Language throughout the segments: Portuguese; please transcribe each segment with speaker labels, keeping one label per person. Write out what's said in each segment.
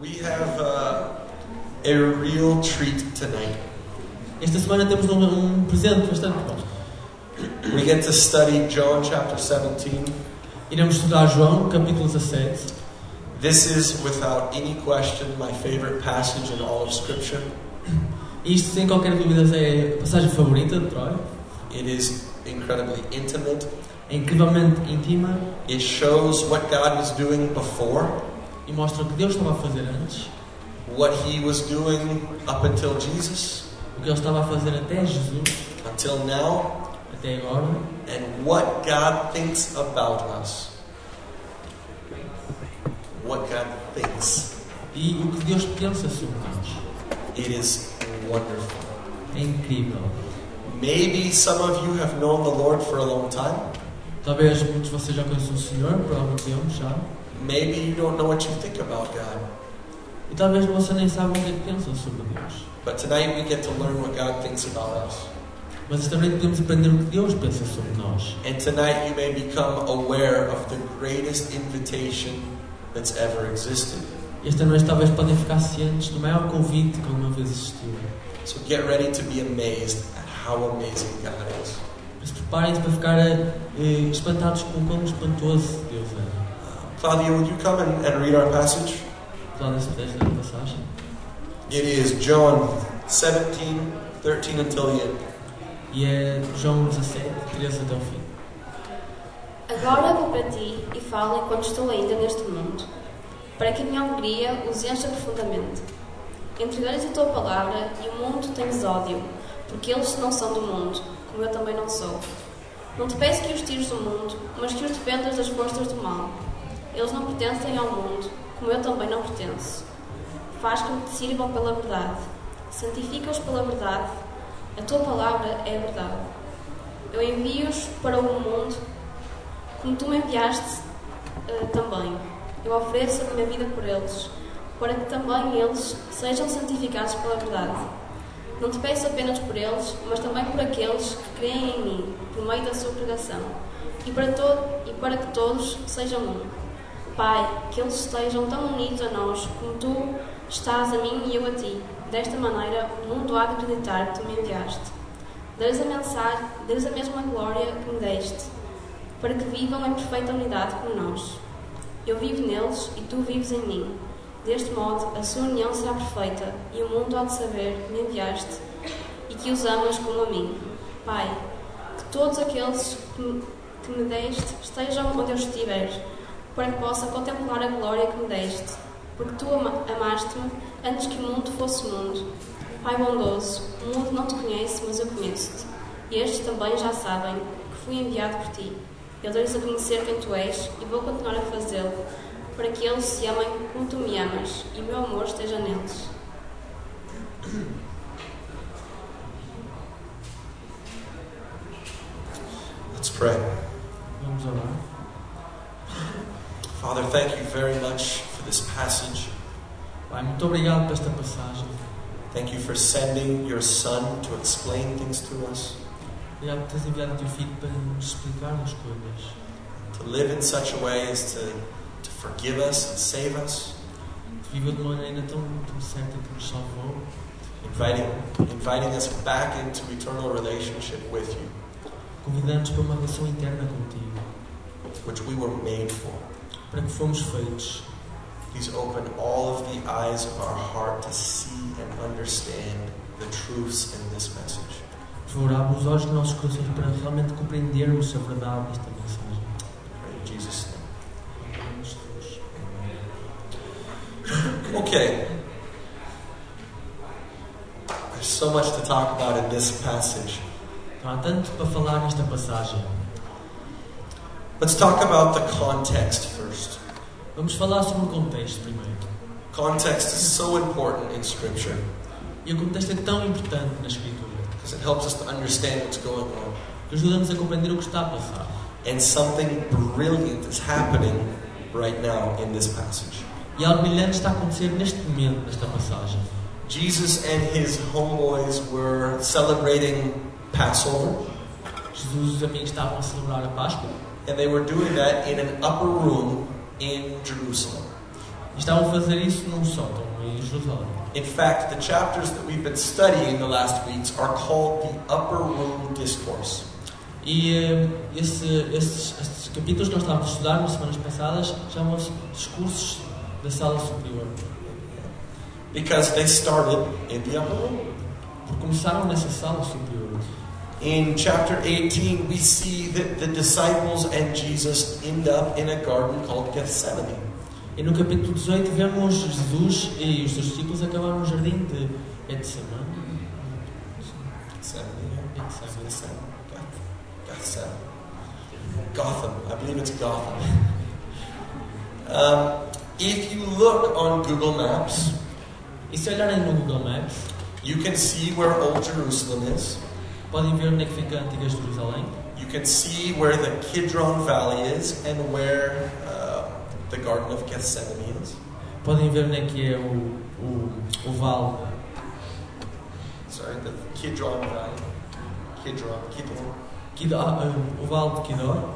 Speaker 1: We have uh, a real treat tonight.
Speaker 2: Esta semana temos um, um presente bastante bom.
Speaker 1: We get to study John chapter 17.
Speaker 2: Iremos estudar João, capítulo 17.
Speaker 1: This is, without any question, my favorite passage in all of Scripture.
Speaker 2: Isto, sem qualquer dúvida, é a passagem favorita de Troia.
Speaker 1: It is incredibly intimate.
Speaker 2: É incrivelmente íntima
Speaker 1: It shows what God was doing before,
Speaker 2: e mostra o que Deus estava a fazer antes,
Speaker 1: what He was doing up until Jesus,
Speaker 2: o que Ele estava a fazer até Jesus,
Speaker 1: until now,
Speaker 2: até agora,
Speaker 1: and what God thinks about us. What God thinks.
Speaker 2: e o que Deus pensa sobre nós.
Speaker 1: It is wonderful.
Speaker 2: É incrível.
Speaker 1: Maybe some of you have known the Lord for a long time.
Speaker 2: Talvez muitos de vocês já conheçam o Senhor por algum tempo já,
Speaker 1: Maybe you don't know what you think about God.
Speaker 2: e talvez você nem saiba o que é que pensa sobre Deus.
Speaker 1: But tonight we get to learn what God thinks about us.
Speaker 2: Mas também podemos aprender o que Deus pensa sobre nós.
Speaker 1: And tonight you may become aware of the greatest invitation that's ever existed.
Speaker 2: Esta noite talvez podem ficar cientes do maior convite que alguma vez existiu.
Speaker 1: So get ready to be amazed at how amazing God is.
Speaker 2: Mas preparem-se para ficar eh, espantados com o quão espantoso Deus é.
Speaker 1: Claudia, would you come and, and read our passage?
Speaker 2: Lá nesse texto da passagem.
Speaker 1: It is John 17, 13 until the end.
Speaker 2: E é João 17, 13 até o fim.
Speaker 3: Agora vou para ti e falo enquanto estou ainda neste mundo, para que a minha alegria os encha profundamente. Entregares a tua palavra e o mundo tens ódio, porque eles não são do mundo, como eu também não sou. Não te peço que os tires do mundo, mas que os defendas das forças do mal. Eles não pertencem ao mundo, como eu também não pertenço. Faz com que te sirvam pela verdade. Santifica-os pela verdade. A tua palavra é a verdade. Eu envio-os para o mundo como tu me enviaste eh, também. Eu ofereço a minha vida por eles, para que também eles sejam santificados pela verdade. Não te peço apenas por eles, mas também por aqueles que creem em mim, por meio da sua pregação, e para, to e para que todos sejam um. Pai, que eles estejam tão unidos a nós como tu estás a mim e eu a ti. Desta maneira, o mundo há de acreditar que tu me enviaste. Dê-lhes a mensagem, dê-lhes a mesma glória que me deste, para que vivam em perfeita unidade como nós. Eu vivo neles e tu vives em mim. Deste modo, a sua união será perfeita e o mundo há de saber que me enviaste e que os amas como a mim. Pai, que todos aqueles que me, que me deste estejam onde eu estiver, para que possa contemplar a glória que me deste, porque tu ama- amaste-me antes que o mundo fosse mundo. Pai bondoso, o mundo não te conhece, mas eu conheço-te. E estes também já sabem que fui enviado por ti. Eu dou-lhes a conhecer quem tu és e vou continuar a fazê-lo, para que eles se amem como tu me amas e o meu amor esteja neles.
Speaker 1: Let's pray.
Speaker 2: Vamos orar.
Speaker 1: Father, thank you very much for this passage.
Speaker 2: Pai, muito obrigado por esta passagem.
Speaker 1: Thank you for sending your Son to explain things to us,
Speaker 2: Obrigado por teres enviado o teu filho para nos explicar as coisas.
Speaker 1: to live in such a way as to, to forgive us and save us.
Speaker 2: Que viveu de uma maneira tão, tão certa que nos salvou.
Speaker 1: inviting, inviting us back into eternal relationship with you,
Speaker 2: Convidando-nos para uma relação interna contigo.
Speaker 1: which we were made for.
Speaker 2: Para que fomos feitos.
Speaker 1: Please open all of the eyes of our heart to see and understand the truths in this message.
Speaker 2: Por favor, abre os olhos dos nossos corações para realmente compreendermos a verdade desta mensagem.
Speaker 1: Pray in Jesus'
Speaker 2: Em nome de Jesus.
Speaker 1: name. Okay. There's so much to talk about in this passage.
Speaker 2: Então, há tanto para falar nesta passagem.
Speaker 1: Let's talk about the context first.
Speaker 2: Vamos falar sobre o contexto primeiro.
Speaker 1: Context is so important in Scripture
Speaker 2: E o contexto é tão importante na Escritura
Speaker 1: because it helps us to understand what's going on.
Speaker 2: que ajuda-nos a compreender o que está a passar.
Speaker 1: And something brilliant is happening right now in this passage.
Speaker 2: E algo brilhante está a acontecer neste momento, nesta passagem.
Speaker 1: Jesus and his homeboys were celebrating Passover,
Speaker 2: Jesus e os amigos estavam a celebrar a Páscoa
Speaker 1: and they were doing that in an upper room in Jerusalem.
Speaker 2: Estavam a fazer isso num sótão em Jerusalém.
Speaker 1: In fact, the chapters that we've been studying the last weeks are called the Upper Room Discourse.
Speaker 2: E eh, esse, esses, esses capítulos que nós estávamos a estudar nas semanas passadas chamam-se Discursos da Sala Superior.
Speaker 1: Because they started in the upper room.
Speaker 2: Porque começaram nessa sala superior.
Speaker 1: In chapter 18, we see that the disciples and Jesus end up in a garden called Gethsemane.
Speaker 2: E no capítulo 18 vemos Jesus e os seus discípulos acabar num jardim de Getsemane.
Speaker 1: Gethsemane,
Speaker 2: Getsemane.
Speaker 1: Gethsemane, Geth- Gethsemane. Gotham. I believe it's Gotham. Um, if you look on Google Maps,
Speaker 2: E se olharem no Google Maps,
Speaker 1: you can see where Old Jerusalem is.
Speaker 2: podem ver onde é que fica a antiga Jerusalém.
Speaker 1: You can see where the Kidron Valley is and where uh, the Garden of Gethsemane is.
Speaker 2: Podem ver onde é que é o, o, o vale.
Speaker 1: Sorry, the Kidron Valley. Kidron, Kidron.
Speaker 2: Quidó, ah, o vale de Quidó.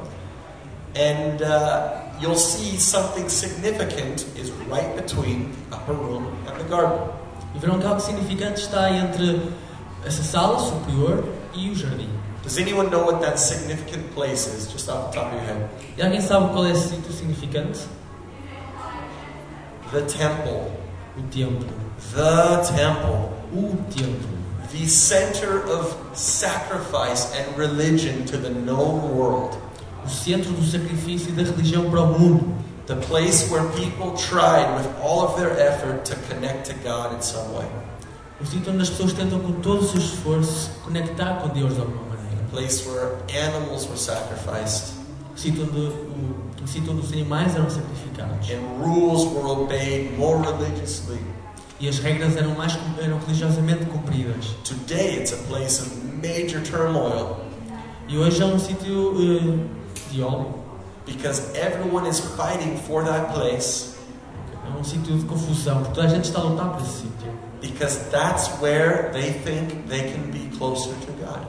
Speaker 1: And uh, you'll see something significant is right between the upper room and the garden.
Speaker 2: E verão que algo significante está entre essa sala superior e o jardim.
Speaker 1: Does anyone know what that significant place is, just off the top of your head?
Speaker 2: E alguém sabe qual é esse sítio significante?
Speaker 1: The temple.
Speaker 2: O templo.
Speaker 1: The temple.
Speaker 2: O templo.
Speaker 1: The center of sacrifice and religion to the known world.
Speaker 2: O centro do sacrifício e da religião para o mundo.
Speaker 1: The place where people tried with all of their effort to connect to God in some way.
Speaker 2: O sítio onde as pessoas tentam com todos os seus esforços conectar com Deus de alguma maneira.
Speaker 1: The place where animals were sacrificed
Speaker 2: O sítio onde, o, o sítio onde os animais eram sacrificados.
Speaker 1: and rules were obeyed more religiously.
Speaker 2: E as regras eram, mais, eram religiosamente cumpridas.
Speaker 1: Today it's a place of major turmoil
Speaker 2: E hoje é um sítio eh, de ódio.
Speaker 1: because everyone is fighting for that place
Speaker 2: É um sítio de confusão, porque toda a gente está a lutar por esse sítio.
Speaker 1: because that's where they think they can be closer to God.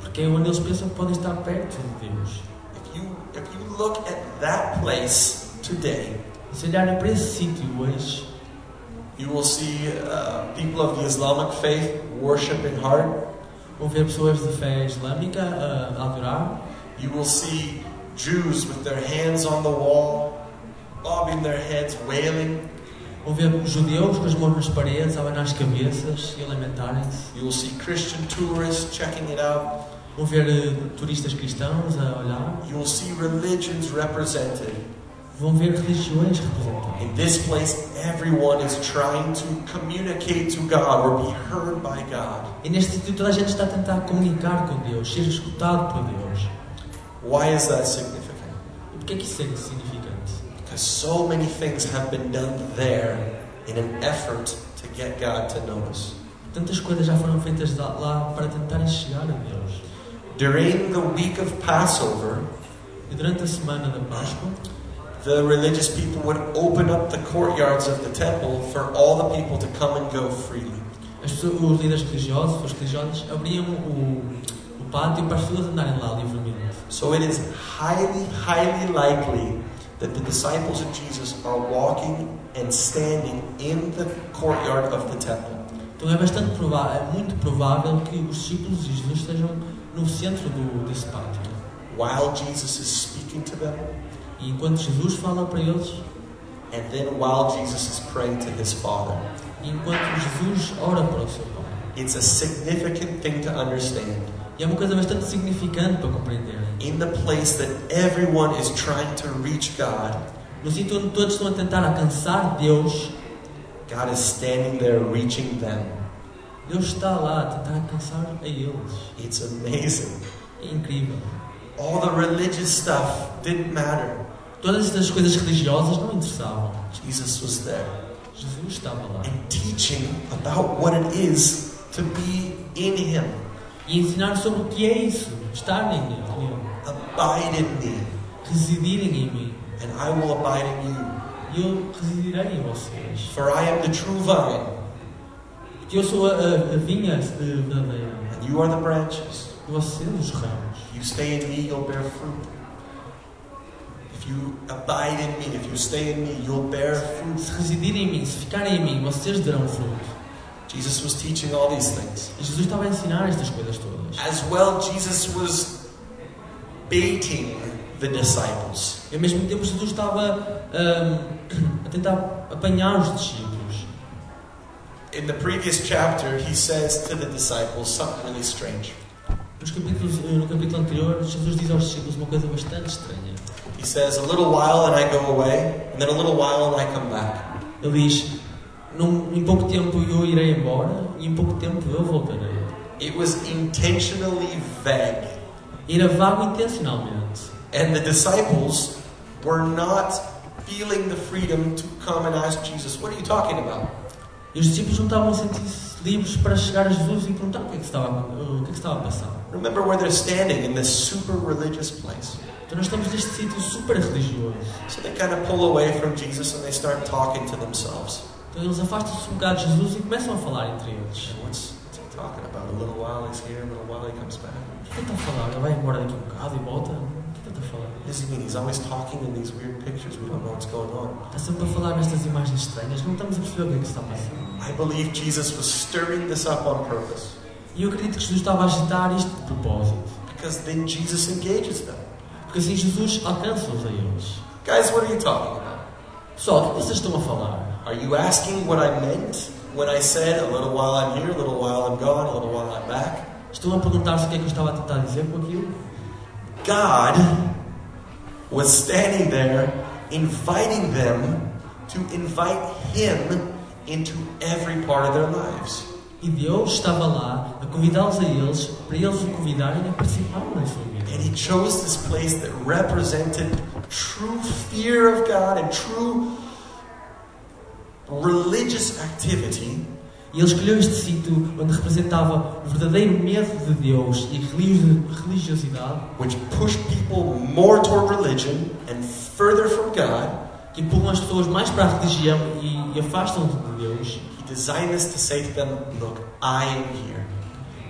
Speaker 2: Porque é onde eles pensam que podem estar perto de Deus.
Speaker 1: If you if you look at that place today,
Speaker 2: E se olharem para esse sítio hoje,
Speaker 1: you will see uh, people of the Islamic faith worship in heart.
Speaker 2: vão ver pessoas de fé islâmica eh, a, a adorar,
Speaker 1: You will see Jews with their hands on the wall, bobbing their heads, wailing.
Speaker 2: vão ver judeus com as mãos nas paredes, a abanar as cabeças e a lamentarem-se,
Speaker 1: You will see Christian tourists checking it out.
Speaker 2: vão ver eh, turistas cristãos a olhar,
Speaker 1: You will see religions represented.
Speaker 2: vão ver religiões representadas.
Speaker 1: In this place, everyone is trying to communicate to God or be heard by God.
Speaker 2: E neste sítio toda a gente está a tentar comunicar com Deus, ser escutado por Deus.
Speaker 1: Why is that significant?
Speaker 2: E porquê que isso é significante?
Speaker 1: Because so many things have been done there in an effort to get God to notice.
Speaker 2: Tantas coisas já foram feitas lá- lá para tentarem chegar a Deus.
Speaker 1: During the week of Passover,
Speaker 2: E durante a semana da Páscoa,
Speaker 1: the religious people would open up the courtyards of the temple for all the people to come and go freely.
Speaker 2: as pessoas- os líderes religiosos, os religiosos, abriam o, o pátio para as pessoas andarem lá livremente.
Speaker 1: So it is highly, highly likely that the disciples of Jesus are walking and standing in the courtyard of the temple.
Speaker 2: Então é bastante provável, é muito provável que os discípulos de Jesus estejam no centro do, desse pátio.
Speaker 1: While Jesus is speaking to them,
Speaker 2: E enquanto Jesus fala para eles,
Speaker 1: and then while Jesus is praying to his Father.
Speaker 2: e enquanto Jesus ora para o seu Pai.
Speaker 1: It's a significant thing to understand.
Speaker 2: E é uma coisa bastante significante para compreenderem.
Speaker 1: In the place that everyone is trying to reach God,
Speaker 2: No sítio onde todos estão a tentar alcançar Deus,
Speaker 1: God is standing there reaching them.
Speaker 2: Deus está lá a tentar alcançar a eles.
Speaker 1: It's amazing.
Speaker 2: É incrível.
Speaker 1: All the religious stuff didn't matter.
Speaker 2: Todas estas coisas religiosas não interessavam.
Speaker 1: Jesus was there
Speaker 2: Jesus estava lá
Speaker 1: and teaching about what it is to be in Him.
Speaker 2: e ensinar sobre o que é isso, estar em Ele,
Speaker 1: Abide in me,
Speaker 2: residirem em mim.
Speaker 1: and I will abide in you.
Speaker 2: E eu residirei em vocês.
Speaker 1: For I am the true vine,
Speaker 2: Porque eu sou a, a, a vinha eh, verdadeira.
Speaker 1: and you are the branches.
Speaker 2: Vocês os ramos.
Speaker 1: If you stay in me, you'll bear fruit. If you abide in me, if you stay in me, you'll bear
Speaker 2: Se
Speaker 1: fruit.
Speaker 2: residirem em mim, se ficarem em mim, vocês darão fruto.
Speaker 1: Jesus was teaching all these things.
Speaker 2: E Jesus estava a ensinar estas coisas todas.
Speaker 1: As well, Jesus was baiting the disciples.
Speaker 2: E ao mesmo tempo, Jesus estava ahm, a tentar apanhar os discípulos.
Speaker 1: In the previous chapter, he says to the disciples something really strange.
Speaker 2: Nos capítulos, eh, no capítulo anterior, Jesus diz aos discípulos uma coisa bastante estranha.
Speaker 1: He says, A little while and I go away, and then a little while and I come back.
Speaker 2: Ele diz: "Num- Em pouco tempo eu irei embora, e em pouco tempo eu voltarei.
Speaker 1: It was intentionally vague.
Speaker 2: Era vago intencionalmente.
Speaker 1: And the disciples were not feeling the freedom to come and ask Jesus, What are you talking about?
Speaker 2: E os discípulos não estavam a sentir-se livres para chegar a Jesus e perguntar o que é que estava, o que é que estava a passar.
Speaker 1: Remember where they're standing in this super religious place.
Speaker 2: Então nós estamos neste sítio super religioso.
Speaker 1: So they kind of pull away from Jesus and they start talking to themselves.
Speaker 2: Então eles afastam-se um bocado de Jesus e começam a falar entre eles.
Speaker 1: And what's, what's he talking about? A little while he's here, a little while he comes back.
Speaker 2: O que é que está a falar? Ele vai embora daqui um bocado e volta? O que é que ele está a falar?
Speaker 1: What does he mean? He's always talking in these weird pictures. We don't know what's going on.
Speaker 2: Está sempre a falar nestas imagens estranhas, não estamos a perceber o que é que está a passar.
Speaker 1: I believe Jesus was stirring this up on purpose
Speaker 2: E eu acredito que Jesus estava a agitar isto de propósito.
Speaker 1: because then Jesus engages them.
Speaker 2: Porque assim Jesus alcança-os a eles.
Speaker 1: Guys, what are you talking about?
Speaker 2: Pessoal, o que é que vocês estão a falar?
Speaker 1: Are you asking what I meant when I said a little while I'm here, a little while I'm gone, a little while I'm back?
Speaker 2: Estão a perguntar-se o que é que eu estava a tentar dizer com aquilo?
Speaker 1: God was standing there inviting them to invite Him into every part of their lives.
Speaker 2: E Deus estava lá a convidá-los a eles, para eles o convidarem a participar da sua
Speaker 1: And
Speaker 2: vida.
Speaker 1: He chose this place that represented true fear of God and true religious activity
Speaker 2: E ele escolheu este sítio onde representava o verdadeiro medo de Deus e religi- religiosidade
Speaker 1: which pushed people more toward religion and further from God.
Speaker 2: que empurram as pessoas mais para a religião e, e afastam-se de Deus.
Speaker 1: He designed this to say to them, Look, I am here.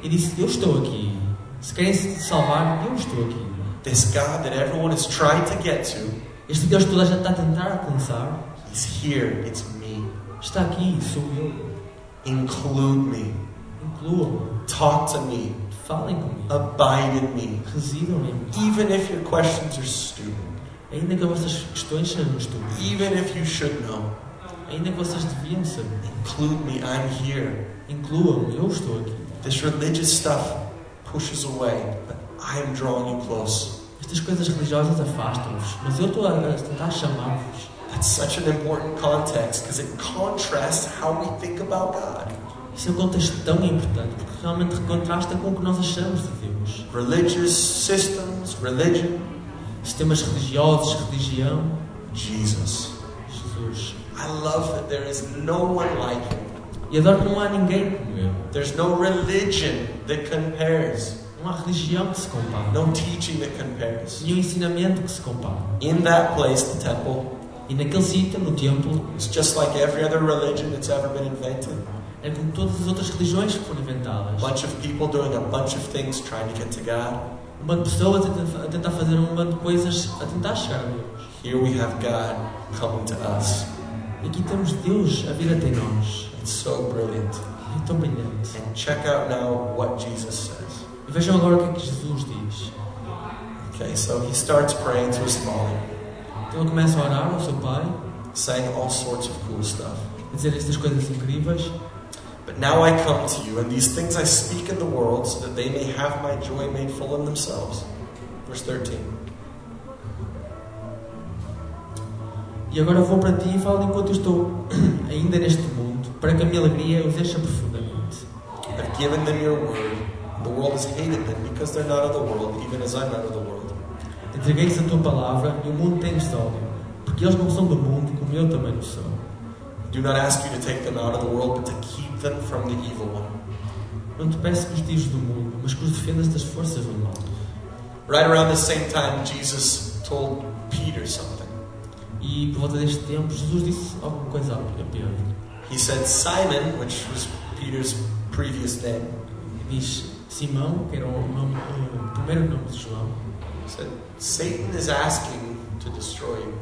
Speaker 2: E disse: Eu estou aqui. Se querem se salvar, eu estou aqui.
Speaker 1: This God that everyone is trying to get to,
Speaker 2: Este Deus que toda a gente está a tentar alcançar
Speaker 1: He's here. It's me.
Speaker 2: está aqui, sou eu.
Speaker 1: Include me.
Speaker 2: Incluam-me,
Speaker 1: Talk to me.
Speaker 2: falem comigo,
Speaker 1: Abide in me.
Speaker 2: residam em mim.
Speaker 1: Even if your questions are stupid,
Speaker 2: Ainda que as vossas questões sejam estúpidas,
Speaker 1: even if you should know,
Speaker 2: ainda que vocês deviam saber,
Speaker 1: include me. I'm here.
Speaker 2: incluam-me, eu estou aqui.
Speaker 1: This religious stuff pushes away, but I'm drawing you close.
Speaker 2: Estas coisas religiosas afastam-vos, mas eu estou a a tentar chamar-vos.
Speaker 1: That's such an important context because it contrasts how we think about God.
Speaker 2: Isso é um contexto tão importante, porque realmente contrasta com o que nós achamos de Deus.
Speaker 1: Religious systems, religion,
Speaker 2: Sistemas religiosos, religião,
Speaker 1: Jesus.
Speaker 2: Jesus.
Speaker 1: I love that there is no one like him.
Speaker 2: E adoro que não há ninguém como eu.
Speaker 1: There's no religion that compares,
Speaker 2: Não há religião que se compare.
Speaker 1: no teaching that compares.
Speaker 2: nenhum ensinamento que se compara.
Speaker 1: In that place, the temple,
Speaker 2: E naquele sítio, no templo,
Speaker 1: it's just like every other religion that's ever been invented.
Speaker 2: é como todas as outras religiões que foram
Speaker 1: A
Speaker 2: inventadas.
Speaker 1: bunch of people doing a bunch of things trying to get to God.
Speaker 2: Um bando de pessoas a tenta- a tentar fazer um bando de coisas, a tentar chegar a Deus.
Speaker 1: Here we have God coming to us.
Speaker 2: E aqui temos Deus a vir até nós.
Speaker 1: It's so brilliant.
Speaker 2: É tão brilhante.
Speaker 1: And check out now what Jesus says.
Speaker 2: E vejam agora o que é que Jesus diz.
Speaker 1: Okay, so he starts praying to his father,
Speaker 2: Então ele começa a orar ao seu pai,
Speaker 1: saying all sorts of cool stuff.
Speaker 2: a dizer estas coisas incríveis.
Speaker 1: But now I come to you, and these things I speak in the world, so that they may have my joy made full in themselves. Verse 13.
Speaker 2: E agora vou para ti e falo enquanto eu estou ainda neste mundo, para que a minha alegria os encha profundamente.
Speaker 1: I've given them your word. The world has hated them because they're not of the world, even as I'm not of the world.
Speaker 2: Entreguei-lhes a tua palavra e o mundo tem-lhes ódio, porque eles não são do mundo, como eu também não sou.
Speaker 1: Do not ask you to take them out of the world, but to keep them from the evil one.
Speaker 2: Não te peço que os tires do mundo, mas que os defendas das forças do mal.
Speaker 1: Right around the same time, Jesus told Peter something.
Speaker 2: E por volta deste tempo, Jesus disse alguma coisa a Pedro.
Speaker 1: He said, Simon, which was Peter's previous name,
Speaker 2: E diz: eh, Simão, que era o, nome, o primeiro nome de João,
Speaker 1: said, Satan is asking to destroy you.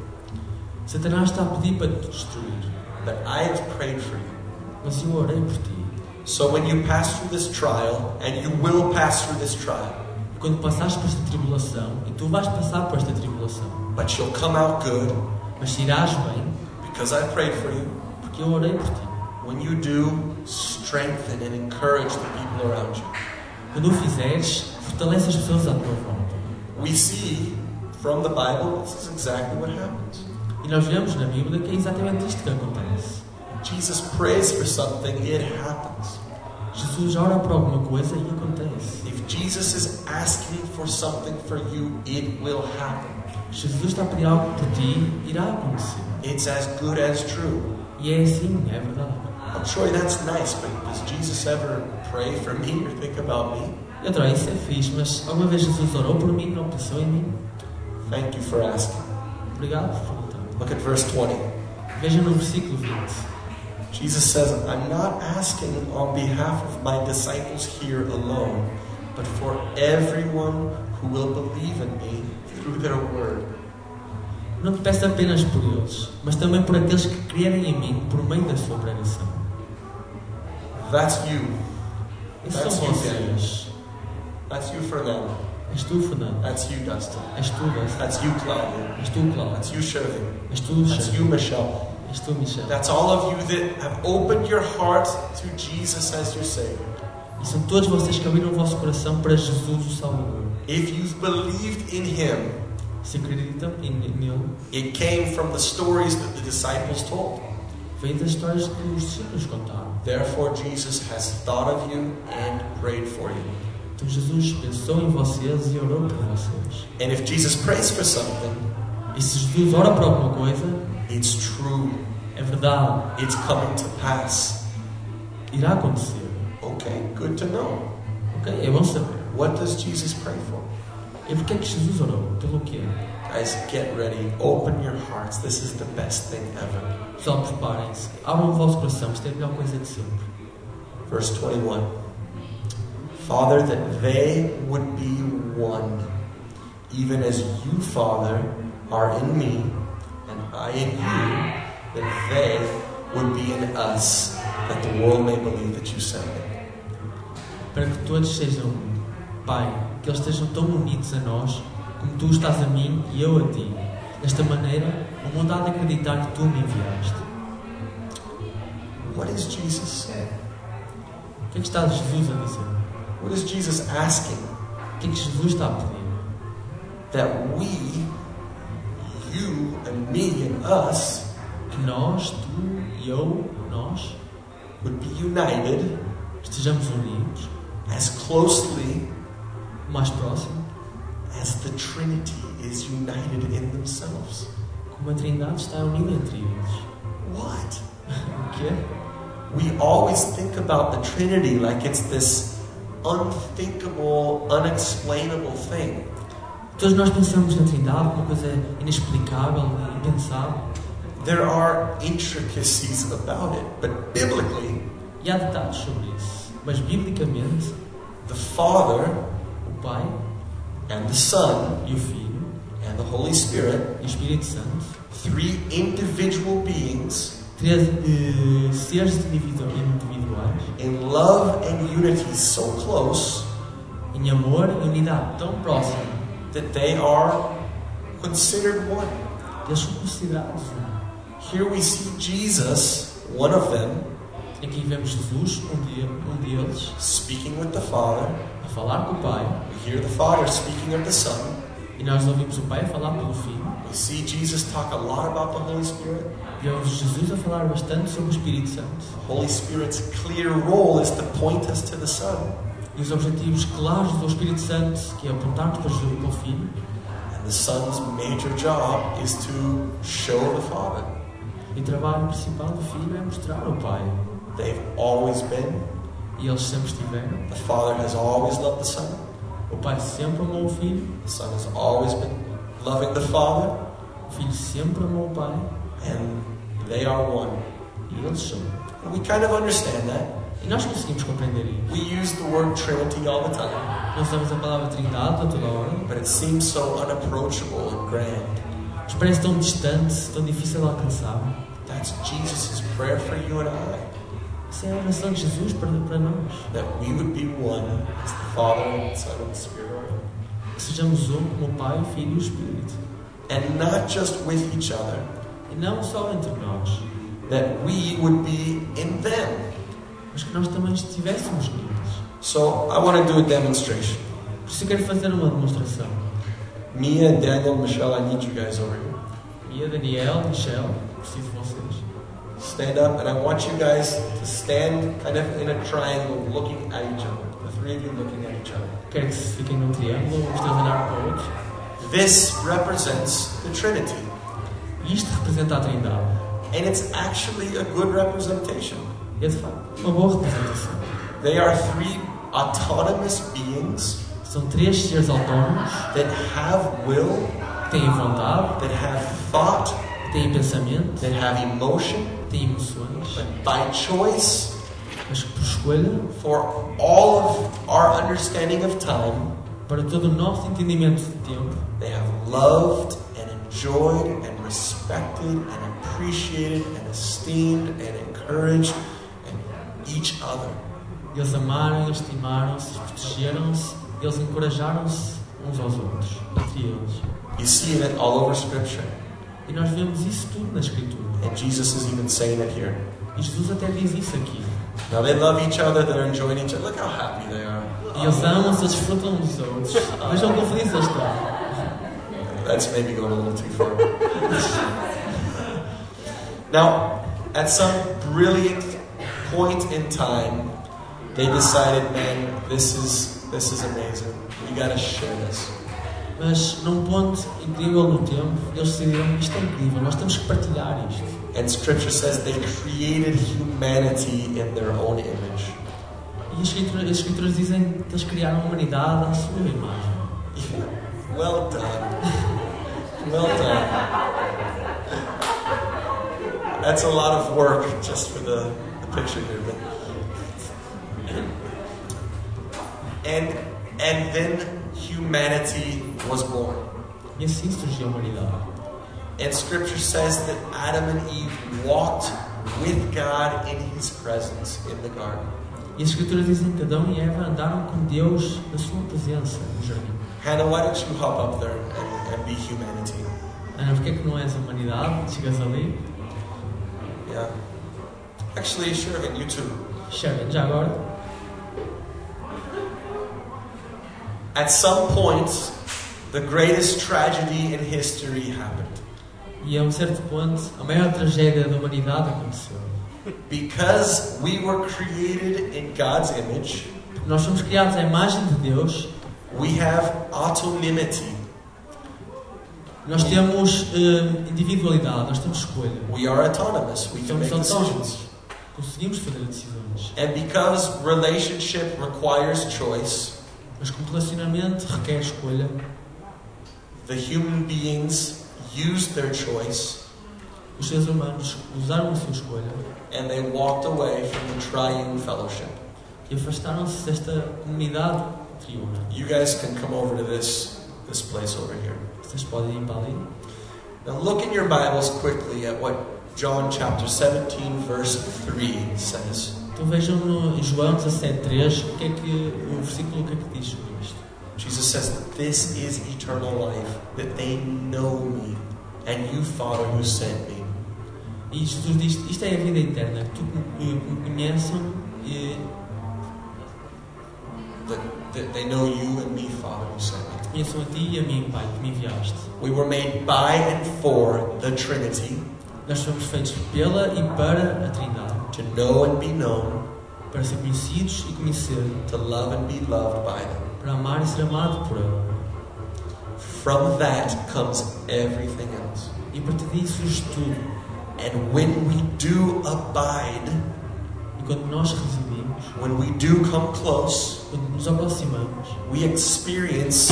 Speaker 2: Satanás está a pedir para te destruir.
Speaker 1: But I have prayed for you.
Speaker 2: Mas eu orei por ti.
Speaker 1: So when you pass through this trial, and you will pass through this trial,
Speaker 2: E quando passares por esta tribulação, e tu vais passar por esta tribulação,
Speaker 1: but you'll come out good
Speaker 2: mas irás bem,
Speaker 1: because I prayed for you.
Speaker 2: porque eu orei por ti.
Speaker 1: When you do, strengthen and encourage the people around you.
Speaker 2: Quando o fizeres, fortalece as pessoas à tua volta.
Speaker 1: We see from the Bible this is exactly what happens.
Speaker 2: E nós vemos na Bíblia que é exatamente isto que acontece.
Speaker 1: Jesus prays for something, it happens.
Speaker 2: Jesus ora por alguma coisa e acontece.
Speaker 1: If Jesus is asking for something for you, it will happen.
Speaker 2: Jesus está a pedir algo por ti, irá acontecer.
Speaker 1: It's as good as true.
Speaker 2: E é assim, é verdade.
Speaker 1: Well, Troy, that's nice, but does Jesus ever pray for me or think about me?
Speaker 2: Eu adoro, isso é fixe, mas alguma vez Jesus orou por mim, não pensou em mim?
Speaker 1: Thank you for asking.
Speaker 2: Obrigado por perguntar.
Speaker 1: Look at verse 20.
Speaker 2: Veja no versículo 20.
Speaker 1: Jesus says, I'm not asking on behalf of my disciples here alone, but for everyone who will believe in me through their word.
Speaker 2: Não te peço apenas por eles, mas também por aqueles que crerem em mim por meio da sua pregação.
Speaker 1: That's you.
Speaker 2: Esses são
Speaker 1: That's you, Daniel.
Speaker 2: vocês.
Speaker 1: That's you, Fernando.
Speaker 2: És tu, Fernando.
Speaker 1: That's you, Dustin.
Speaker 2: És tu, Bessa.
Speaker 1: That's you, Claudia.
Speaker 2: És tu, Cláudio.
Speaker 1: That's you, Shervin.
Speaker 2: És tu,
Speaker 1: That's
Speaker 2: Xavier.
Speaker 1: you, Michelle.
Speaker 2: És tu, Michel.
Speaker 1: That's all of you that have opened your hearts to Jesus as your Savior.
Speaker 2: E são todos vocês que abriram o vosso coração para Jesus o Salvador.
Speaker 1: If you've believed in Him,
Speaker 2: Se acreditam em em nele,
Speaker 1: it came from the stories that the disciples told.
Speaker 2: vem das histórias que os discípulos contaram.
Speaker 1: Therefore, Jesus has thought of you and prayed for you.
Speaker 2: Então Jesus pensou em vocês e orou por vocês.
Speaker 1: And if Jesus prays for something,
Speaker 2: E se Jesus ora por alguma coisa,
Speaker 1: it's true.
Speaker 2: é verdade,
Speaker 1: It's coming to pass.
Speaker 2: irá acontecer.
Speaker 1: Okay, good to know.
Speaker 2: Ok? É bom saber.
Speaker 1: What does Jesus pray for?
Speaker 2: E porquê é que Jesus orou? Pelo quê?
Speaker 1: Guys, get ready. Open your hearts. This is the best thing ever.
Speaker 2: Pessoal, preparem-se. Abram o vosso coração, isto é a melhor coisa de sempre.
Speaker 1: Verse 21. Father, that they would be one, even as you, Father, are in me, and I in you, that they would be in us, that the world may believe that you sent me.
Speaker 2: para que todos sejam um. Pai, que eles estejam tão unidos a nós como tu estás a mim e eu a ti. Desta maneira, o mundo há de acreditar que tu me enviaste.
Speaker 1: What is Jesus saying?
Speaker 2: O que é que está Jesus a dizer?
Speaker 1: What is Jesus asking?
Speaker 2: O que é que Jesus está a pedir?
Speaker 1: That we, you and me and us,
Speaker 2: Que nós, tu, eu, nós,
Speaker 1: would be united
Speaker 2: estejamos unidos,
Speaker 1: as closely
Speaker 2: o mais próximo,
Speaker 1: as the Trinity is united in themselves.
Speaker 2: como a Trindade está unida entre eles.
Speaker 1: What?
Speaker 2: O quê?
Speaker 1: We always think about the Trinity like it's this unthinkable, unexplainable thing.
Speaker 2: Todos nós pensamos na Trindade como uma coisa inexplicável, impensável.
Speaker 1: There are intricacies about it, but biblically,
Speaker 2: E há detalhes sobre isso. Mas, biblicamente,
Speaker 1: the Father
Speaker 2: o Pai
Speaker 1: and the Son
Speaker 2: e o Filho
Speaker 1: and the Holy Spirit,
Speaker 2: e o Espírito Santo,
Speaker 1: three individual beings
Speaker 2: três eh, seres individu- individuais,
Speaker 1: in love and unity so close
Speaker 2: em amor e unidade tão próximo,
Speaker 1: that they are considered one.
Speaker 2: eles são considerados um.
Speaker 1: Here we see Jesus, one of them,
Speaker 2: Aqui vemos Jesus, um, dia, um deles,
Speaker 1: speaking with the Father.
Speaker 2: a falar com o Pai,
Speaker 1: We hear the Father speaking of the Son.
Speaker 2: e nós ouvimos o Pai a falar pelo Filho,
Speaker 1: We see Jesus talk a lot about the Holy Spirit.
Speaker 2: vemos Jesus a falar bastante sobre o Espírito
Speaker 1: The
Speaker 2: Santo,
Speaker 1: Holy Spirit's clear role is to point us to the Son.
Speaker 2: e os objetivos claros do Espírito Santo, que é apontar-te para Jesus, para o Filho,
Speaker 1: And the Son's major job is to show the Father.
Speaker 2: e o trabalho principal do Filho é mostrar ao Pai.
Speaker 1: They've always been.
Speaker 2: E eles sempre estiveram.
Speaker 1: The Father has always loved the Son.
Speaker 2: O Pai sempre amou o Filho,
Speaker 1: The Son has always been loving the Father.
Speaker 2: o Filho sempre amou o Pai,
Speaker 1: And they are one.
Speaker 2: E eles são.
Speaker 1: And we kind of understand that.
Speaker 2: E nós conseguimos compreender isso.
Speaker 1: We use the word Trinity all the time.
Speaker 2: Nós usamos a palavra trindade a toda hora,
Speaker 1: But it seems so unapproachable and grand.
Speaker 2: Mas parece tão distante, tão difícil de alcançar.
Speaker 1: That's Jesus' prayer for you and I,
Speaker 2: Essa é a oração de Jesus para, para nós.
Speaker 1: that we would be one as the Father, and Son, and Spirit are one.
Speaker 2: Que sejamos um como o Pai, o Filho e o Espírito.
Speaker 1: And not just with each other,
Speaker 2: E não só entre nós,
Speaker 1: that we would be in them.
Speaker 2: mas que nós também estivéssemos neles.
Speaker 1: So I want to do a demonstration.
Speaker 2: Por isso eu quero fazer uma demonstração.
Speaker 1: Mia, Daniel, Michelle, I need you guys over here.
Speaker 2: E a Daniel, Michel, preciso de vocês.
Speaker 1: Stand up, and I want you guys to stand kind of in a triangle looking at each other. The three of you looking at each other.
Speaker 2: Quero que se fiquem num triângulo, um os três a olhar para o outro.
Speaker 1: This represents the Trinity,
Speaker 2: E isto representa a Trindade.
Speaker 1: and it's actually a good representation.
Speaker 2: E é de facto uma boa representação.
Speaker 1: They are three autonomous beings
Speaker 2: São três seres autónomos,
Speaker 1: that have will,
Speaker 2: que têm vontade,
Speaker 1: that have thought,
Speaker 2: que têm pensamento,
Speaker 1: that have emotion,
Speaker 2: que têm emoções,
Speaker 1: but by choice,
Speaker 2: mas que por escolha,
Speaker 1: for all of our understanding of time,
Speaker 2: para todo o nosso entendimento de tempo,
Speaker 1: They have loved and enjoyed and respected and appreciated and esteemed and encouraged and each other.
Speaker 2: eles amaram, eles estimaram-se, eles protegeram-se, eles encorajaram-se uns aos outros, entre eles.
Speaker 1: You see it all over Scripture,
Speaker 2: E nós vemos isso tudo na Escritura.
Speaker 1: and Jesus is even saying it here.
Speaker 2: E Jesus até diz isso aqui.
Speaker 1: Now they love each other, they're enjoying each other. Look how happy they are.
Speaker 2: E eles amam-se, eles desfrutam uns dos outros. Vejam quão felizes eles estão.
Speaker 1: That's maybe going a little too far. now, at some brilliant point in time, they decided, man, this is this is amazing. We gotta share this.
Speaker 2: Mas num ponto incrível no tempo, eles decidiram isto é incrível, nós temos que partilhar isto.
Speaker 1: And scripture says they created humanity in their own image.
Speaker 2: E as escrituras, as escrituras dizem que eles criaram a humanidade à sua imagem.
Speaker 1: Well done. Well done. That's a lot of work just for the, the picture here. But. And, and then humanity was born.
Speaker 2: E assim surgiu a humanidade.
Speaker 1: And scripture says that Adam and Eve walked with God in his presence in the garden.
Speaker 2: E as escrituras dizem que Adão e Eva andaram com Deus na sua presença no jardim.
Speaker 1: Hannah, why don't you hop up there and, and be humanity?
Speaker 2: Ana, porquê é que não és a humanidade? Chegas ali.
Speaker 1: Yeah. Actually, sure, and you too.
Speaker 2: Sharon, já agora,
Speaker 1: At some point, the greatest tragedy in history happened.
Speaker 2: e a um certo ponto, a maior tragédia da humanidade aconteceu.
Speaker 1: Because we were created in God's image,
Speaker 2: Porque nós somos criados à imagem de Deus,
Speaker 1: we have autonomity.
Speaker 2: nós temos eh, individualidade, nós temos escolha.
Speaker 1: We are autonomous. We can
Speaker 2: Somos
Speaker 1: make
Speaker 2: autónomos.
Speaker 1: decisions.
Speaker 2: Conseguimos fazer decisões.
Speaker 1: And because relationship requires choice,
Speaker 2: Mas como relacionamento requer escolha,
Speaker 1: the human beings used their choice
Speaker 2: os seres humanos usaram a sua escolha
Speaker 1: and they walked away from the triune fellowship.
Speaker 2: e afastaram-se desta comunidade triuna.
Speaker 1: You guys can come over to this this place over here.
Speaker 2: Vocês podem ir para ali.
Speaker 1: Now look in your Bibles quickly at what John chapter 17 verse 3 says.
Speaker 2: Então vejam no em João 17.3 o que é que o versículo o que é que diz sobre isto.
Speaker 1: Jesus says, "This is eternal life, that they know me and you Father who sent me."
Speaker 2: E Jesus diz, isto é a vida eterna, que tu me- que me conheçam e
Speaker 1: That, that they know you and me Father who sent me.
Speaker 2: conheçam a ti e a mim, Pai, que me enviaste.
Speaker 1: We were made by and for the Trinity
Speaker 2: Nós fomos feitos pela e para a Trindade,
Speaker 1: to know and be known,
Speaker 2: para ser conhecidos e conhecer,
Speaker 1: to love and be loved by them.
Speaker 2: para amar e ser amado por Ele.
Speaker 1: From that comes everything else.
Speaker 2: E a partir daí surge tudo.
Speaker 1: And when we do abide,
Speaker 2: E quando nós residimos,
Speaker 1: when we do come close,
Speaker 2: quando nos aproximamos,
Speaker 1: we experience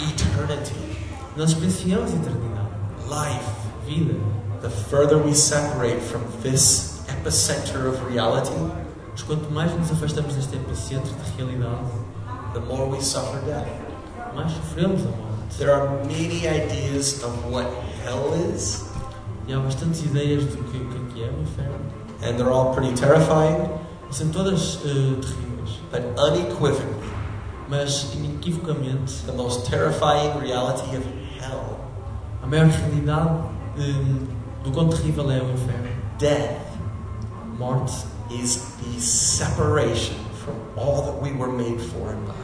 Speaker 1: eternity,
Speaker 2: nós experienciamos a eternidade,
Speaker 1: life.
Speaker 2: a vida.
Speaker 1: The further we separate from this epicenter of reality,
Speaker 2: Mas quanto mais nos afastamos deste epicentro de realidade,
Speaker 1: the more we suffer death.
Speaker 2: mais sofremos a morte.
Speaker 1: There are many ideas of what hell is,
Speaker 2: E há bastantes ideias do que, o que é que é o inferno.
Speaker 1: and they're all pretty terrifying,
Speaker 2: E são todas eh, terríveis,
Speaker 1: but unequivocally,
Speaker 2: mas inequivocamente
Speaker 1: the most terrifying reality of hell,
Speaker 2: a maior realidade eh, do quão terrível é o inferno.
Speaker 1: death,
Speaker 2: Morte
Speaker 1: is the separation from all that we were made for and by.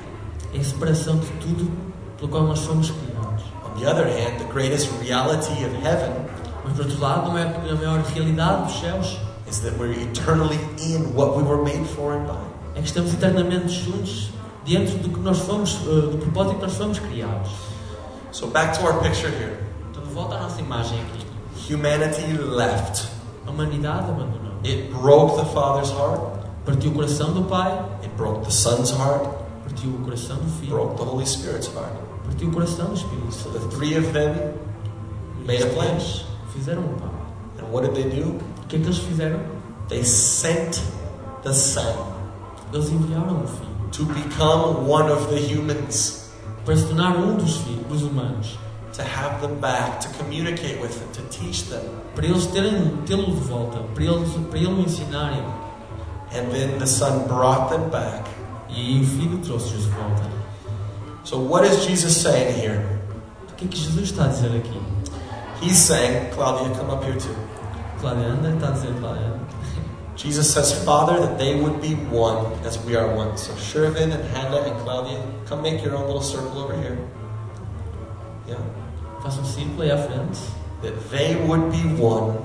Speaker 2: é a separação de tudo pelo qual nós fomos criados.
Speaker 1: On the other hand, the greatest reality of heaven
Speaker 2: Mas por outro lado, não é a maior realidade dos céus
Speaker 1: is that we're eternally in what we were made for and by.
Speaker 2: é que estamos eternamente juntos dentro do que nós fomos, eh, do propósito que nós fomos criados.
Speaker 1: So back to our picture here.
Speaker 2: Então, de volta à nossa imagem aqui.
Speaker 1: Humanity left.
Speaker 2: A humanidade abandonou.
Speaker 1: It broke the Father's heart.
Speaker 2: Partiu o coração do Pai,
Speaker 1: It broke the Son's heart.
Speaker 2: partiu o coração do
Speaker 1: It
Speaker 2: Filho,
Speaker 1: broke the Holy Spirit's heart.
Speaker 2: partiu o coração do Espírito
Speaker 1: So
Speaker 2: Santo.
Speaker 1: the three of them, made a plan.
Speaker 2: Fizeram um plano.
Speaker 1: and what did they do?
Speaker 2: O que é que eles fizeram?
Speaker 1: They sent the Son
Speaker 2: Eles enviaram o Filho
Speaker 1: to become one of the humans,
Speaker 2: para se tornar um dos filhos, dos humanos,
Speaker 1: to have them back, to communicate with them, to teach them.
Speaker 2: para eles terem tê-lo de volta, para eles para ele o ensinarem.
Speaker 1: And then the Son brought them back.
Speaker 2: E aí o Filho trouxe-os de volta.
Speaker 1: So what is Jesus saying here?
Speaker 2: O que é que Jesus está a dizer aqui?
Speaker 1: He's saying, Claudia, come up here too.
Speaker 2: Cláudia anda, está a dizer Cláudia anda.
Speaker 1: Jesus says, Father, that they would be one as we are one. So Shervin and Hannah and Claudia, come make your own little circle over here. Yeah.
Speaker 2: Faça um círculo aí à frente
Speaker 1: That they would be one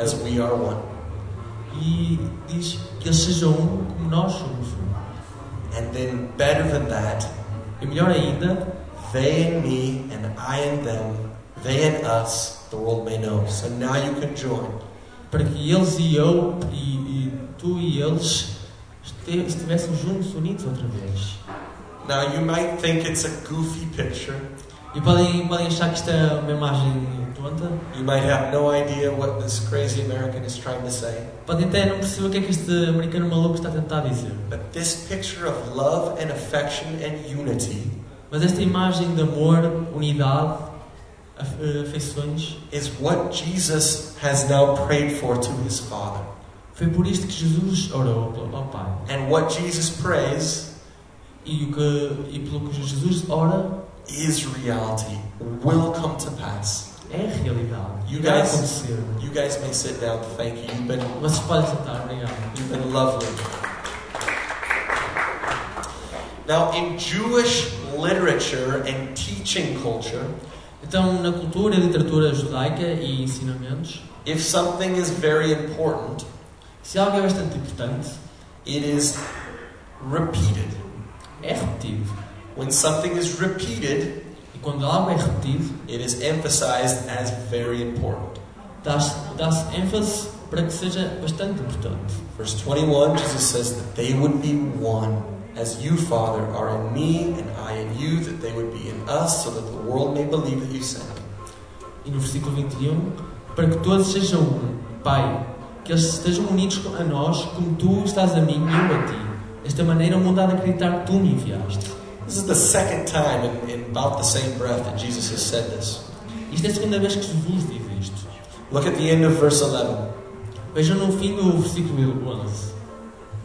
Speaker 1: as we are one.
Speaker 2: e diz que eles sejam um como nós somos um.
Speaker 1: And then better than that,
Speaker 2: E melhor ainda,
Speaker 1: they and me and I and them, they and us, the world may know. So now you can join.
Speaker 2: para que eles e eu, e, e tu e eles, este- estivessem juntos, unidos outra vez.
Speaker 1: Now you might think it's a goofy picture.
Speaker 2: E podem, podem achar que isto é uma imagem tonta,
Speaker 1: You might have no idea what this crazy American is trying to say.
Speaker 2: podem até não perceber o que é que este americano maluco está a tentar dizer.
Speaker 1: But this picture of love and affection and unity
Speaker 2: Mas esta imagem de amor, unidade, af- eh, afeições,
Speaker 1: is what Jesus has now prayed for to his Father.
Speaker 2: foi por isto que Jesus orou ao- ao Pai.
Speaker 1: And what Jesus prays
Speaker 2: E, o que, e pelo que Jesus ora
Speaker 1: is reality, will come to pass.
Speaker 2: é a realidade.
Speaker 1: You
Speaker 2: vai
Speaker 1: guys-
Speaker 2: acontecer.
Speaker 1: You guys may sit down. Thank you. You've been,
Speaker 2: Vocês podem sentar, obrigado.
Speaker 1: you've been lovely. Now, in Jewish literature and teaching culture,
Speaker 2: Então, na cultura e literatura judaica e ensinamentos,
Speaker 1: if something is very important,
Speaker 2: se algo é bastante importante,
Speaker 1: it is repeated.
Speaker 2: é repetido.
Speaker 1: When something is repeated,
Speaker 2: E quando algo é repetido,
Speaker 1: It is emphasized as very important.
Speaker 2: dá-se dá-se ênfase para que seja bastante importante.
Speaker 1: Verse 21, Jesus says that they would be one, as you, Father, are in me, and I in you, that they would be in us, so that the world may believe that you sent me.
Speaker 2: E no versículo 21, para que todos sejam um, Pai, que eles estejam unidos a nós, como tu estás a mim e eu a ti. Desta maneira, o mundo há de acreditar que tu me enviaste.
Speaker 1: This is the second time in, in about the same breath that Jesus has said this.
Speaker 2: Isto é a segunda vez que Jesus diz isto.
Speaker 1: Look at the end of verse 11.
Speaker 2: Vejam no fim do versículo 11.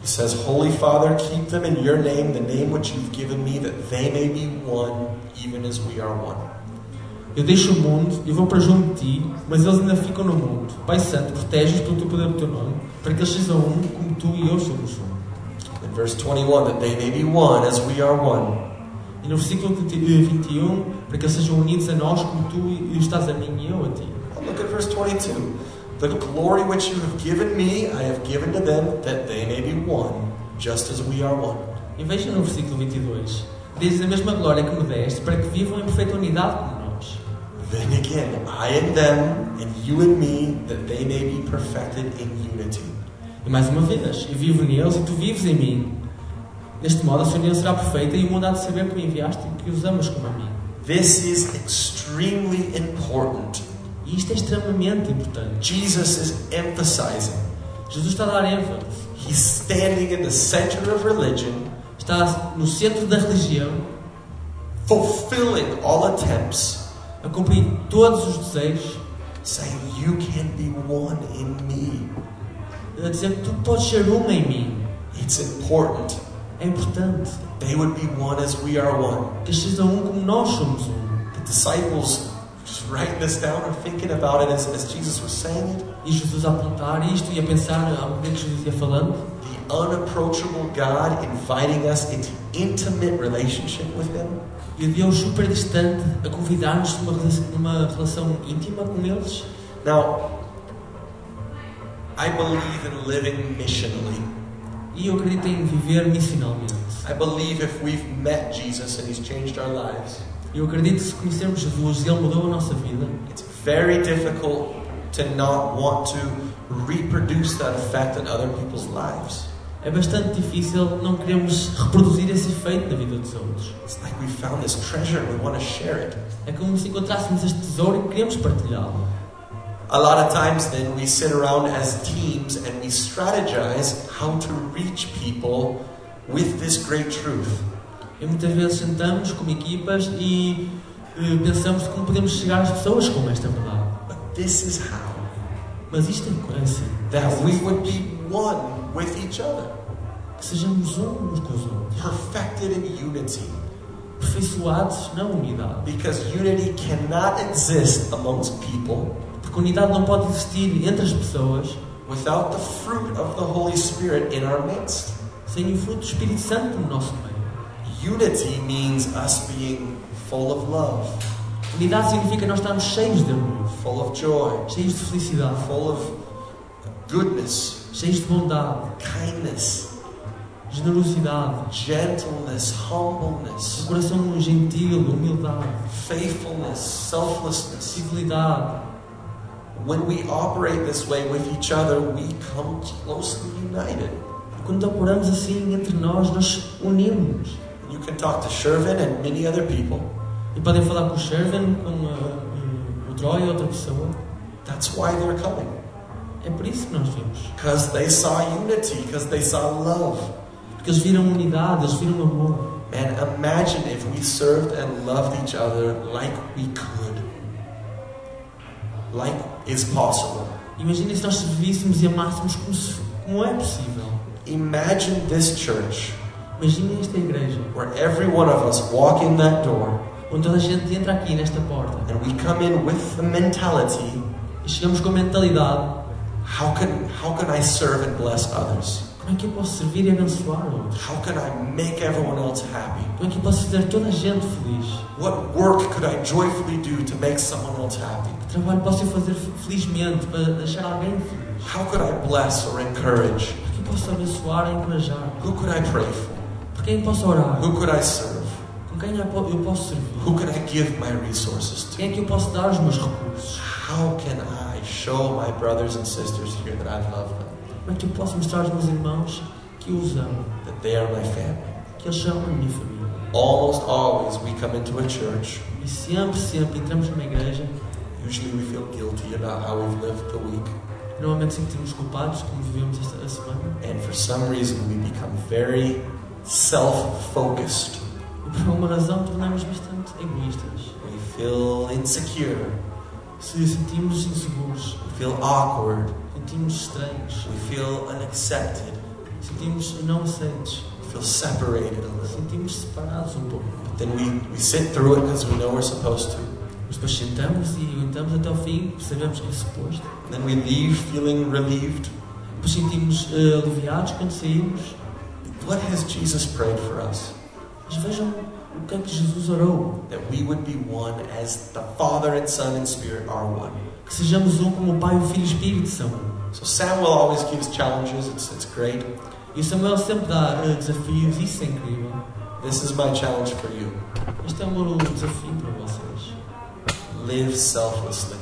Speaker 1: He says, Holy Father, keep them in your name, the name which you've given me, that they may be one, even as we are one.
Speaker 2: Eu deixo o mundo, eu vou para junto de ti, mas eles ainda ficam no mundo. Pai Santo, protege-os pelo teu poder do teu nome, para que eles sejam um como tu e eu somos um.
Speaker 1: In verse 21, that they may be one, as we are one.
Speaker 2: E no versículo 21, para que eles sejam unidos a nós como tu e estás a mim e eu a ti.
Speaker 1: Look at verse 22. The glory which you have given me, I have given to them, that they may be one, just as we are one.
Speaker 2: E vejam no versículo 22. Dizes a mesma glória que me deste, para que vivam em perfeita unidade como nós.
Speaker 1: Then again, I and them, and you and me, that they may be perfected in unity.
Speaker 2: E É mais uma vez, eu vivo neles e tu vives em mim. Deste modo, a sua união será perfeita e o mundo há de saber que me enviaste e que os amas como a mim.
Speaker 1: This is extremely important.
Speaker 2: E isto é extremamente importante.
Speaker 1: Jesus is emphasizing.
Speaker 2: Jesus está a dar ênfase.
Speaker 1: He's standing in the center of religion,
Speaker 2: Está no centro da religião,
Speaker 1: fulfilling all attempts
Speaker 2: a cumprir todos os desejos,
Speaker 1: saying, You can be one in me.
Speaker 2: a dizer que tu podes ser uma em mim.
Speaker 1: It's important.
Speaker 2: É importante
Speaker 1: They would be one as we are one.
Speaker 2: que sejam um como nós somos um.
Speaker 1: The disciples just writing this down or thinking about it as, as Jesus was saying it.
Speaker 2: E Jesus a apontar isto e a pensar ao que Jesus ia falando,
Speaker 1: The unapproachable God inviting us into intimate relationship with Him.
Speaker 2: e o Deus super distante a convidar-nos numa, rela- numa relação íntima com eles.
Speaker 1: Now, I believe in living missionally.
Speaker 2: E eu acredito em viver missionalmente.
Speaker 1: I believe if we've met Jesus and He's changed our lives,
Speaker 2: Eu acredito que se conhecermos Jesus e Ele mudou a nossa vida,
Speaker 1: it's very difficult to not want to reproduce that effect in other people's lives.
Speaker 2: é bastante difícil não queremos reproduzir esse efeito na vida dos outros.
Speaker 1: It's like we found this treasure and we want to share it.
Speaker 2: É como se encontrássemos este tesouro e queremos partilhá-lo.
Speaker 1: A lot of times, then, we sit around as teams and we strategize how to reach people with this great truth.
Speaker 2: E muitas vezes sentamos como equipas e eh, pensamos como podemos chegar às pessoas com esta verdade.
Speaker 1: But this is how
Speaker 2: Mas isto é assim.
Speaker 1: that we would be one with each other,
Speaker 2: Que sejamos uns com os outros.
Speaker 1: perfected in unity.
Speaker 2: Perfeiçoados na unidade.
Speaker 1: Because unity cannot exist amongst people
Speaker 2: Porque unidade não pode existir entre as pessoas
Speaker 1: without the fruit of the Holy Spirit in our midst.
Speaker 2: sem o fruto do Espírito Santo no nosso meio.
Speaker 1: Unity means us being full of love,
Speaker 2: Unidade significa nós estarmos cheios de amor,
Speaker 1: full of joy,
Speaker 2: cheios de felicidade,
Speaker 1: full of goodness,
Speaker 2: cheios de bondade,
Speaker 1: kindness,
Speaker 2: generosidade,
Speaker 1: gentleness,
Speaker 2: um
Speaker 1: humbleness,
Speaker 2: coração gentil, humildade,
Speaker 1: faithfulness, selflessness.
Speaker 2: civilidade.
Speaker 1: When we operate this way with each other, we come closely united.
Speaker 2: Quando apuramos assim entre nós, nós unimos.
Speaker 1: You can talk to Shervin and many other people.
Speaker 2: E podem falar com o Shervin, com uh, uh, o Troy, outra pessoa.
Speaker 1: That's why they're coming.
Speaker 2: É por isso que nós vimos.
Speaker 1: Because they saw unity, because they saw love.
Speaker 2: Porque eles viram unidade, eles viram amor.
Speaker 1: Man, imagine if we served and loved each other like we could. Like is possible.
Speaker 2: Imaginem se nós servíssemos e amássemos como, se- como é possível.
Speaker 1: Imagine this church
Speaker 2: Imaginem esta igreja,
Speaker 1: where every one of us walk in that door
Speaker 2: onde toda a gente entra aqui nesta porta
Speaker 1: and we come in with the mentality
Speaker 2: e chegamos com a mentalidade:
Speaker 1: how can, how can I serve and bless others?
Speaker 2: como é que eu posso servir e abençoar outros?
Speaker 1: How can I make everyone else happy?
Speaker 2: Como é que eu posso fazer toda a gente feliz?
Speaker 1: What work could I joyfully do to make someone else happy?
Speaker 2: Que trabalho posso eu fazer fe- felizmente para deixar alguém feliz?
Speaker 1: How could I bless or encourage?
Speaker 2: Por que posso abençoar e encorajar?
Speaker 1: Who could I pray for?
Speaker 2: Por quem posso orar?
Speaker 1: Who could I serve?
Speaker 2: Com quem eu po- eu posso servir?
Speaker 1: Who could I give my resources to?
Speaker 2: Quem é que eu posso dar os meus recursos?
Speaker 1: How can I show my brothers and sisters here that I love them,
Speaker 2: Como é que eu posso mostrar aos meus irmãos que eu os amo,
Speaker 1: that they are my family?
Speaker 2: que eles são a minha família?
Speaker 1: Almost always we come into a church,
Speaker 2: E sempre, sempre entramos numa igreja,
Speaker 1: usually we feel guilty about how we've lived the week,
Speaker 2: normalmente sentimos culpados, como vivemos esta a semana,
Speaker 1: and for some reason we become very self focused.
Speaker 2: e por alguma razão tornamos bastante egoístas.
Speaker 1: We feel insecure,
Speaker 2: Se sentimos inseguros,
Speaker 1: we feel awkward,
Speaker 2: sentimos estranhos,
Speaker 1: we feel unaccepted,
Speaker 2: sentimos não aceites,
Speaker 1: we feel separated a little.
Speaker 2: sentimos separados um pouco.
Speaker 1: But then we, we sit through it because we know we're supposed to.
Speaker 2: Mas depois sentamos e aguentamos até ao fim, sabemos que é suposto.
Speaker 1: Then we leave feeling relieved.
Speaker 2: Depois sentimos eh, aliviados quando saímos,
Speaker 1: What has Jesus prayed for us?
Speaker 2: mas vejam o que é que Jesus orou.
Speaker 1: That we would be one as the Father and Son and Spirit are one.
Speaker 2: Que sejamos um como o Pai, o Filho e o Espírito são um.
Speaker 1: So Samuel always gives challenges. It's, it's great.
Speaker 2: E o Samuel sempre dá eh, desafios, isso é incrível.
Speaker 1: This is my challenge for you.
Speaker 2: Este é um desafio para vocês.
Speaker 1: Live selflessly.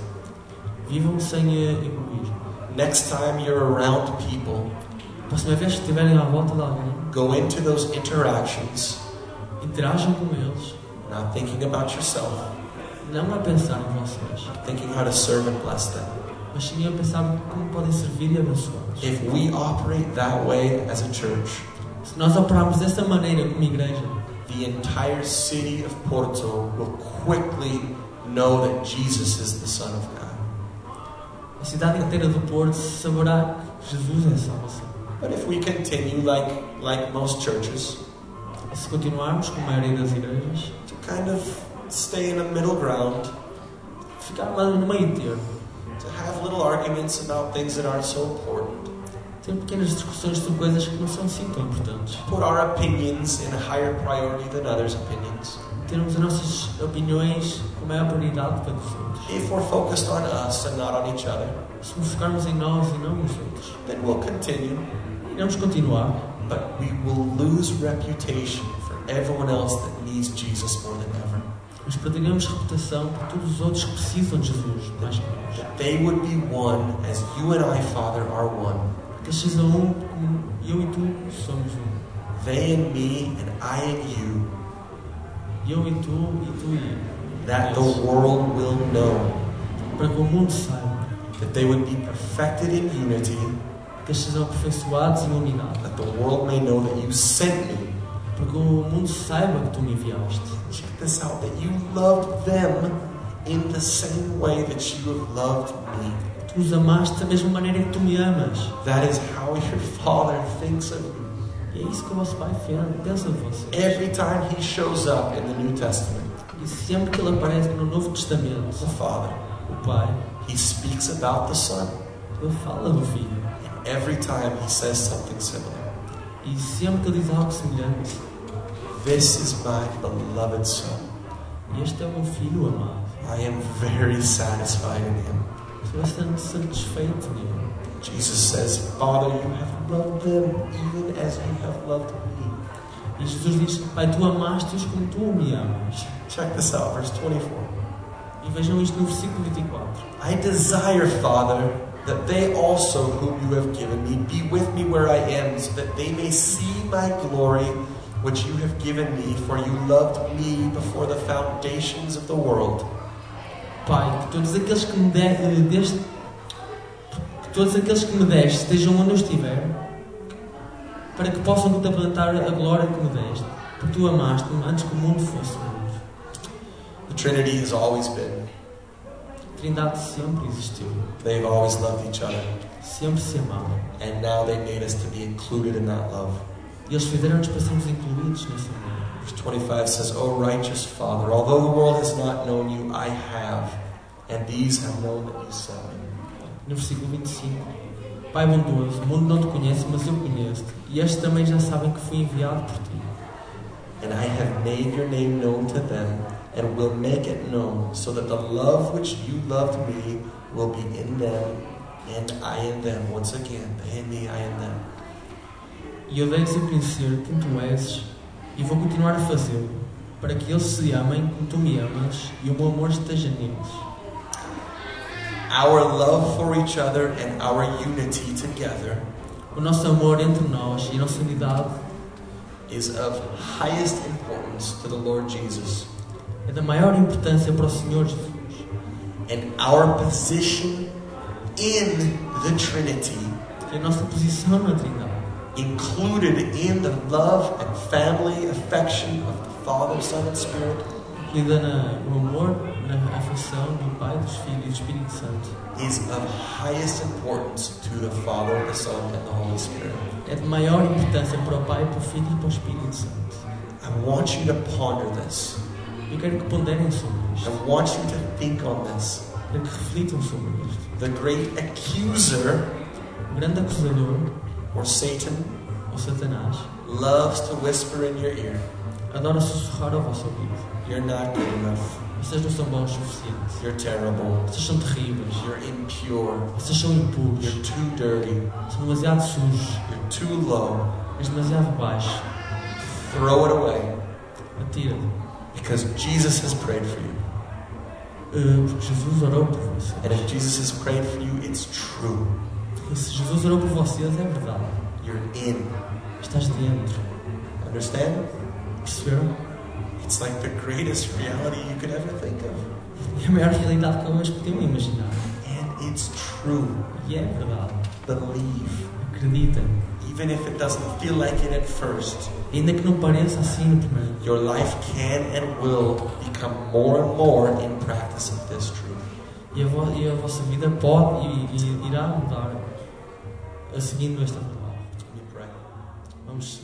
Speaker 2: Vivam sem eh, egoísmo.
Speaker 1: Next time you're around people,
Speaker 2: Próxima vez que estiverem à volta de alguém,
Speaker 1: go into those interactions
Speaker 2: interajam com eles,
Speaker 1: not thinking about yourself,
Speaker 2: não a pensar em vocês,
Speaker 1: thinking how to serve and bless them.
Speaker 2: mas sim a pensar como podem servir e abençoá-los.
Speaker 1: If we operate that way as a church,
Speaker 2: Se nós operarmos dessa maneira como igreja,
Speaker 1: the entire city of Porto will quickly know that Jesus is the Son of God.
Speaker 2: A cidade inteira do Porto saberá que Jesus é a salvação.
Speaker 1: But if we continue like like most churches
Speaker 2: E se continuarmos, como a maioria das igrejas,
Speaker 1: to kind of stay in a middle ground,
Speaker 2: ficar lá no meio termo,
Speaker 1: to have little arguments about things that aren't so important,
Speaker 2: ter pequenas discussões sobre coisas que não são assim tão importantes,
Speaker 1: to put our opinions in a higher priority than others' opinions.
Speaker 2: termos as nossas opiniões com maior prioridade para os outros.
Speaker 1: If we're focused on us and not on each other,
Speaker 2: Se nos focarmos em nós e não nos outros,
Speaker 1: then we'll continue,
Speaker 2: iremos continuar,
Speaker 1: but we will lose reputation for everyone else that needs Jesus more than ever.
Speaker 2: mas perderemos reputação por todos os outros que precisam de Jesus mais que nós.
Speaker 1: That they would be one as you and I, Father, are one.
Speaker 2: Que eles sejam um como eu e tu somos um.
Speaker 1: They and me, and I and you,
Speaker 2: Eu e tu e tu e eu.
Speaker 1: that the world will know.
Speaker 2: Para que o mundo saiba
Speaker 1: That they would be perfected in unity,
Speaker 2: que eles sejam aperfeiçoados em unidade.
Speaker 1: that the world may know that you sent me.
Speaker 2: Para que o mundo saiba que tu me enviaste.
Speaker 1: Check this out that you loved them in the same way that you have loved me.
Speaker 2: Tu os amaste da mesma maneira que tu me amas.
Speaker 1: That is how your Father thinks of you.
Speaker 2: E é isso que o vosso Pai fez- pensa de vocês.
Speaker 1: Every time He shows up in the New Testament,
Speaker 2: E sempre que ele aparece no Novo
Speaker 1: the
Speaker 2: Testamento,
Speaker 1: Father,
Speaker 2: o Pai,
Speaker 1: He speaks about the Son.
Speaker 2: ele fala do Filho.
Speaker 1: And every time He says something similar.
Speaker 2: E sempre que ele diz algo semelhante,
Speaker 1: This is my beloved Son.
Speaker 2: este é o meu Filho amado.
Speaker 1: I am very satisfied in Him.
Speaker 2: Estou bastante satisfeito nele.
Speaker 1: Jesus says, Father, you have loved them even as you have loved me.
Speaker 2: E Jesus diz, Pai, tu amaste-os como tu me amas.
Speaker 1: Check this out, verse 24.
Speaker 2: E vejam isto no versículo 24.
Speaker 1: I desire, Father, that they also, whom you have given me, be with me where I am, so that they may see my glory, which you have given me, for you loved me before the foundations of the world.
Speaker 2: Pai, que todos aqueles que me de, eh, deste, que todos aqueles que me deste estejam onde eu estiver, para que possam contemplar a glória que me deste, porque tu amaste-me antes que o mundo fosse mundo.
Speaker 1: The Trinity has always been.
Speaker 2: A Trindade sempre existiu,
Speaker 1: They've always loved each other,
Speaker 2: sempre se amaram.
Speaker 1: and now they made us to be included in that love.
Speaker 2: E eles fizeram-nos para sermos incluídos nessa união.
Speaker 1: Verse 25 says, O righteous Father, although the world has not known you, I have, and these have known that you sent me.
Speaker 2: No versículo 25. Pai bondoso, o mundo não te conhece, mas eu conheço-te, e estes também já sabem que fui enviado por ti.
Speaker 1: And I have made your name known to them and will make it known, so that the love which you loved me will be in them and I in them. Once again, they in me, I in them.
Speaker 2: E eu dei-lhes a conhecer quem tu és e vou continuar a fazê-lo, para que eles se amem como tu me amas e o meu amor esteja neles.
Speaker 1: Our love for each other and our unity together
Speaker 2: O nosso amor entre nós e a nossa unidade
Speaker 1: is of highest importance to the Lord Jesus.
Speaker 2: é da maior importância para o Senhor Jesus.
Speaker 1: And our position in the Trinity,
Speaker 2: E é a nossa posição na Trindade,
Speaker 1: included in the love and family affection of the Father, Son, and Spirit,
Speaker 2: incluída na- no amor, na afeição do Pai, dos Filhos e do Espírito Santo,
Speaker 1: is of highest importance to the Father, the Son, and the Holy Spirit.
Speaker 2: é de maior importância para o Pai, para o Filho e para o Espírito Santo.
Speaker 1: I want you to ponder this.
Speaker 2: Eu quero que ponderem sobre
Speaker 1: I
Speaker 2: isto,
Speaker 1: want you to think on this.
Speaker 2: para que reflitam sobre isto.
Speaker 1: The great accuser,
Speaker 2: O grande acusador,
Speaker 1: or Satan,
Speaker 2: ou Satanás,
Speaker 1: loves to whisper in your ear,
Speaker 2: Adoro sussurrar ao vosso ouvido.
Speaker 1: You're not good enough.
Speaker 2: Vocês não são bons o suficiente.
Speaker 1: You're terrible.
Speaker 2: Vocês são terríveis.
Speaker 1: You're impure.
Speaker 2: Vocês são impuros.
Speaker 1: You're too dirty.
Speaker 2: São demasiado sujos.
Speaker 1: You're too low.
Speaker 2: És demasiado baixo.
Speaker 1: Throw it away
Speaker 2: Atira-te.
Speaker 1: because Jesus has prayed for you.
Speaker 2: Eh, porque Jesus orou por vocês.
Speaker 1: And if Jesus has prayed for you, it's true.
Speaker 2: E se Jesus orou por vocês, é verdade.
Speaker 1: You're in.
Speaker 2: Estás dentro.
Speaker 1: Understand?
Speaker 2: Perceberam?
Speaker 1: It's like the greatest reality you could ever think of.
Speaker 2: É a maior realidade que algumas podiam imaginar.
Speaker 1: And it's true.
Speaker 2: E é verdade.
Speaker 1: Believe.
Speaker 2: acredita.
Speaker 1: Even if it doesn't feel like it at first,
Speaker 2: Ainda que não pareça assim no primeiro.
Speaker 1: your life can and will become more and more in practice of this truth.
Speaker 2: E a, vo- e a vossa vida pode e, e irá mudar a seguindo esta palavra.
Speaker 1: Let me pray. Oh,
Speaker 2: Vamos